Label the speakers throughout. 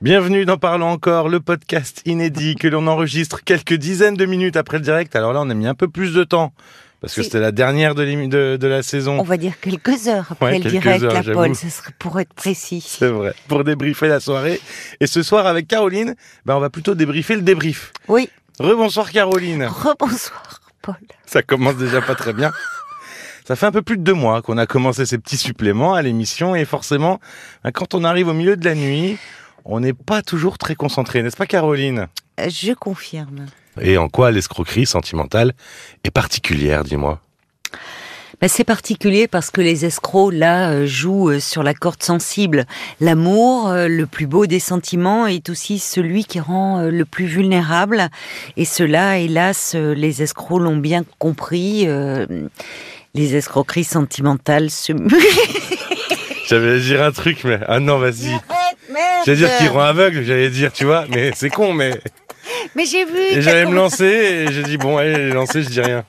Speaker 1: Bienvenue dans Parlons encore, le podcast inédit que l'on enregistre quelques dizaines de minutes après le direct. Alors là, on a mis un peu plus de temps parce que
Speaker 2: Si.
Speaker 1: c'était la dernière de, l'émi- de- de la saison.
Speaker 2: On va dire quelques heures après
Speaker 1: Ouais,
Speaker 2: le
Speaker 1: quelques
Speaker 2: direct,
Speaker 1: heures,
Speaker 2: la
Speaker 1: j'avoue.
Speaker 2: Paul, ce serait pour être précis.
Speaker 1: C'est vrai. Pour débriefer la soirée. Et ce soir, avec Caroline, ben, on va plutôt débriefer le débrief.
Speaker 2: Oui,
Speaker 1: Rebonsoir Caroline.
Speaker 2: rebonsoir Paul.
Speaker 1: Ça commence déjà pas très bien. Ça fait un peu plus de deux mois qu'on a commencé ces petits suppléments à l'émission et forcément, ben, quand on arrive au milieu de la nuit, on n'est pas toujours très concentré, n'est-ce pas Caroline
Speaker 2: Euh, Je confirme.
Speaker 1: Et en quoi l'escroquerie sentimentale est particulière, dis-moi
Speaker 2: Mais c'est particulier parce que les escrocs, là, euh, jouent euh, sur la corde sensible. L'amour, euh, le plus beau des sentiments, est aussi celui qui rend euh, le plus vulnérable. Et cela, hélas, euh, les escrocs l'ont bien compris. euh, Les escroqueries sentimentales se...
Speaker 1: J'avais à dire un truc, mais... Ah non, vas-y.
Speaker 2: Merde
Speaker 1: J'allais dire qu'ils rend aveugle, j'allais dire, tu vois, mais c'est con, mais...
Speaker 2: Mais j'ai vu
Speaker 1: Et
Speaker 2: t'as
Speaker 1: j'allais me
Speaker 2: compris.
Speaker 1: lancer, et j'ai dit, bon, allez, lancer, je dis rien.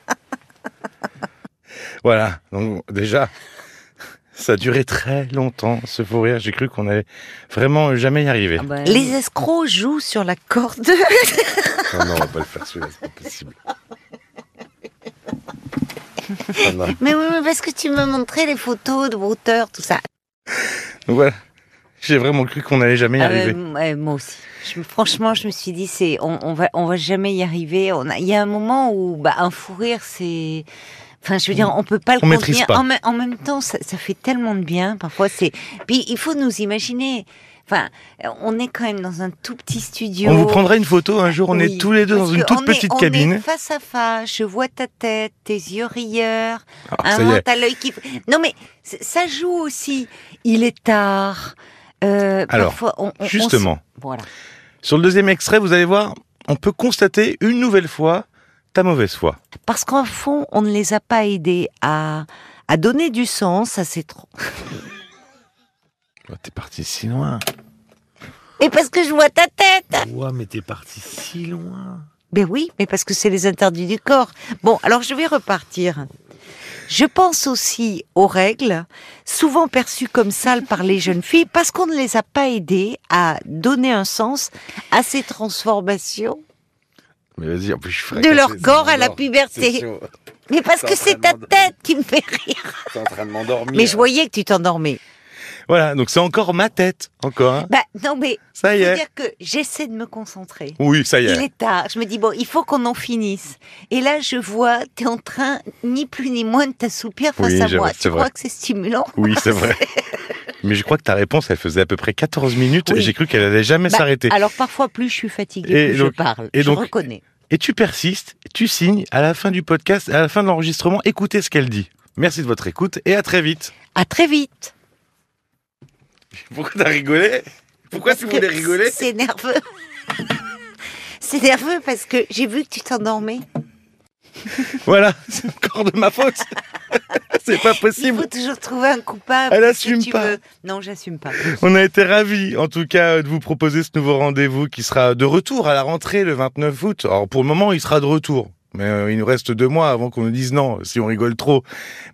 Speaker 1: Voilà, donc déjà, ça a duré très longtemps, ce fou rire. J'ai cru qu'on allait vraiment jamais y
Speaker 2: Ah
Speaker 1: arriver.
Speaker 2: Les escrocs jouent sur la corde.
Speaker 1: Ah Non, non, on va pas le faire, celui-là, c'est pas possible. Ah non.
Speaker 2: Mais oui, mais parce que tu me montrais les photos de Brouter, tout ça.
Speaker 1: Donc voilà, j'ai vraiment cru qu'on allait jamais y
Speaker 2: Ah ouais,
Speaker 1: arriver.
Speaker 2: m- ouais, moi aussi. Je me- franchement, je me suis dit, c'est, on, on va, on va jamais y arriver. On a, il y a un moment où, bah, un fou rire, c'est, enfin, je veux dire, on peut pas le
Speaker 1: Mm. On maîtrise
Speaker 2: contenir.
Speaker 1: pas.
Speaker 2: En, me- en même temps, ça, ça fait tellement de bien. Parfois, c'est, puis il faut nous imaginer. Enfin, on est quand même dans un tout petit studio.
Speaker 1: On vous prendra une photo un jour, on
Speaker 2: Oui,
Speaker 1: est tous les deux dans
Speaker 2: parce
Speaker 1: une
Speaker 2: que
Speaker 1: toute
Speaker 2: on est-
Speaker 1: petite
Speaker 2: on est
Speaker 1: cabine.
Speaker 2: face à face, je vois ta tête, tes yeux rieurs.
Speaker 1: Ah,
Speaker 2: Ah
Speaker 1: ça y
Speaker 2: non,
Speaker 1: est.
Speaker 2: t'as l'œil qui. Non, mais c- ça joue aussi. Il est tard. Euh,
Speaker 1: Alors,
Speaker 2: parfois, on- on- on s-
Speaker 1: Justement,
Speaker 2: voilà.
Speaker 1: sur le deuxième extrait, vous allez voir, on peut constater une nouvelle fois ta mauvaise foi.
Speaker 2: Parce qu'en fond, on ne les a pas aidés à, à donner du sens à ces troncs.
Speaker 1: Oh, T'es parti si loin.
Speaker 2: Et parce que je vois ta tête
Speaker 1: Ouah, mais t'es parti si loin.
Speaker 2: Ben oui, mais parce que c'est les interdits du corps. Bon, alors je vais repartir. Je pense aussi aux règles, souvent perçues comme sales par les jeunes filles, parce qu'on ne les a pas aidées à donner un sens à ces transformations
Speaker 1: Mais vas-y, en plus je suis
Speaker 2: de leur corps à la puberté. Mais parce
Speaker 3: T'es
Speaker 2: que
Speaker 3: en
Speaker 2: c'est
Speaker 3: train
Speaker 2: ta
Speaker 3: de m'endormir.
Speaker 2: tête qui me fait rire.
Speaker 3: T'es en train de m'endormir.
Speaker 2: Mais je voyais que tu t'endormais.
Speaker 1: Voilà, donc c'est encore ma tête, encore. hein.
Speaker 2: Bah non, mais
Speaker 1: Ça y
Speaker 2: faut
Speaker 1: est.
Speaker 2: dire que j'essaie de me concentrer.
Speaker 1: Oui, ça y
Speaker 2: Il
Speaker 1: est.
Speaker 2: est tard. Je me dis bon, il faut qu'on en finisse. Et là, je vois, t'es en train ni plus ni moins de t'assoupir face
Speaker 1: Oui,
Speaker 2: à
Speaker 1: j'avoue,
Speaker 2: moi.
Speaker 1: c'est
Speaker 2: Tu crois
Speaker 1: vrai.
Speaker 2: que c'est stimulant
Speaker 1: Oui, c'est vrai. Mais je crois que ta réponse, elle faisait à peu près 14 minutes
Speaker 2: Oui.
Speaker 1: et j'ai cru qu'elle allait jamais
Speaker 2: Bah,
Speaker 1: s'arrêter.
Speaker 2: Alors parfois, plus je suis fatiguée,
Speaker 1: Et
Speaker 2: plus
Speaker 1: donc-
Speaker 2: je parle.
Speaker 1: et
Speaker 2: je
Speaker 1: donc-
Speaker 2: reconnais.
Speaker 1: Et tu persistes, tu signes à la fin du podcast, à la fin de l'enregistrement, écoutez ce qu'elle dit. Merci de votre écoute et à très vite.
Speaker 2: À très vite.
Speaker 1: Pourquoi t'as rigolé Pourquoi
Speaker 2: Parce que C'est nerveux. c'est nerveux parce que j'ai vu que tu t'endormais.
Speaker 1: Voilà, c'est encore de ma faute. c'est pas
Speaker 2: Il
Speaker 1: possible.
Speaker 2: faut toujours trouver un coupable.
Speaker 1: Elle
Speaker 2: si
Speaker 1: assume
Speaker 2: tu
Speaker 1: pas.
Speaker 2: veux. Non, j'assume pas.
Speaker 1: On a été ravis, en tout cas, de vous proposer ce nouveau rendez-vous qui sera de retour à la rentrée le 29 août. Alors, pour le moment, il sera de retour. Mais euh, il nous reste deux mois avant qu'on nous dise non, si on rigole trop.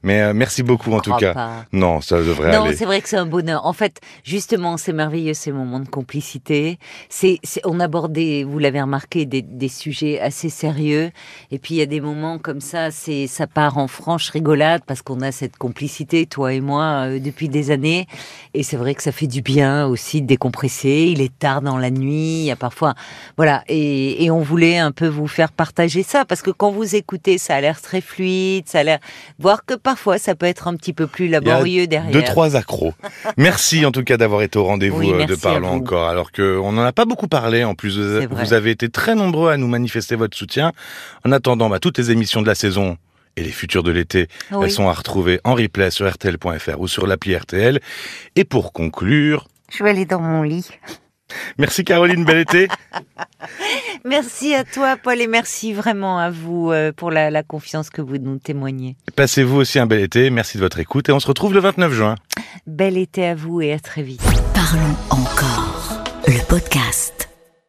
Speaker 1: Mais euh, merci beaucoup, en tout
Speaker 2: Crois
Speaker 1: cas.
Speaker 2: Oh, pas.
Speaker 1: Non, ça devrait
Speaker 2: Non,
Speaker 1: aller.
Speaker 2: c'est vrai que c'est un bonheur. En fait, justement, c'est merveilleux ces moments de complicité. C'est, c'est- on abordait, vous l'avez remarqué, des, des sujets assez sérieux. Et puis il y a des moments comme ça, c'est ça part en franche rigolade parce qu'on a cette complicité, toi et moi, euh, depuis des années. Et c'est vrai que ça fait du bien aussi de décompresser. Il est tard dans la nuit, il y a parfois, voilà. Et, et on voulait un peu vous faire partager ça parce que quand vous écoutez, ça a l'air très fluide, ça a l'air voir que parfois ça peut être un petit peu plus laborieux derrière.
Speaker 1: Deux, trois accros. Merci en tout cas d'avoir été au rendez-vous
Speaker 2: Oui,
Speaker 1: euh, de
Speaker 2: merci
Speaker 1: Parlons
Speaker 2: à vous.
Speaker 1: encore. Alors qu'on n'en a pas beaucoup parlé. En plus, vous,
Speaker 2: C'est vrai.
Speaker 1: vous avez été très nombreux à nous manifester votre soutien. En attendant, bah, toutes les émissions de la saison et les futures de l'été,
Speaker 2: Oui.
Speaker 1: elles sont à retrouver en replay sur RTL.fr ou sur l'appli RTL. Et pour conclure,
Speaker 2: Je vais aller dans mon lit.
Speaker 1: merci Caroline, bel été.
Speaker 2: Merci à toi, Paul, et merci vraiment à vous euh, pour la, la confiance que vous nous témoignez.
Speaker 1: Passez-vous aussi un bel été. Merci de votre écoute et on se retrouve le 29 juin.
Speaker 2: Bel été à vous et à très vite.
Speaker 4: Parlons encore. Le podcast.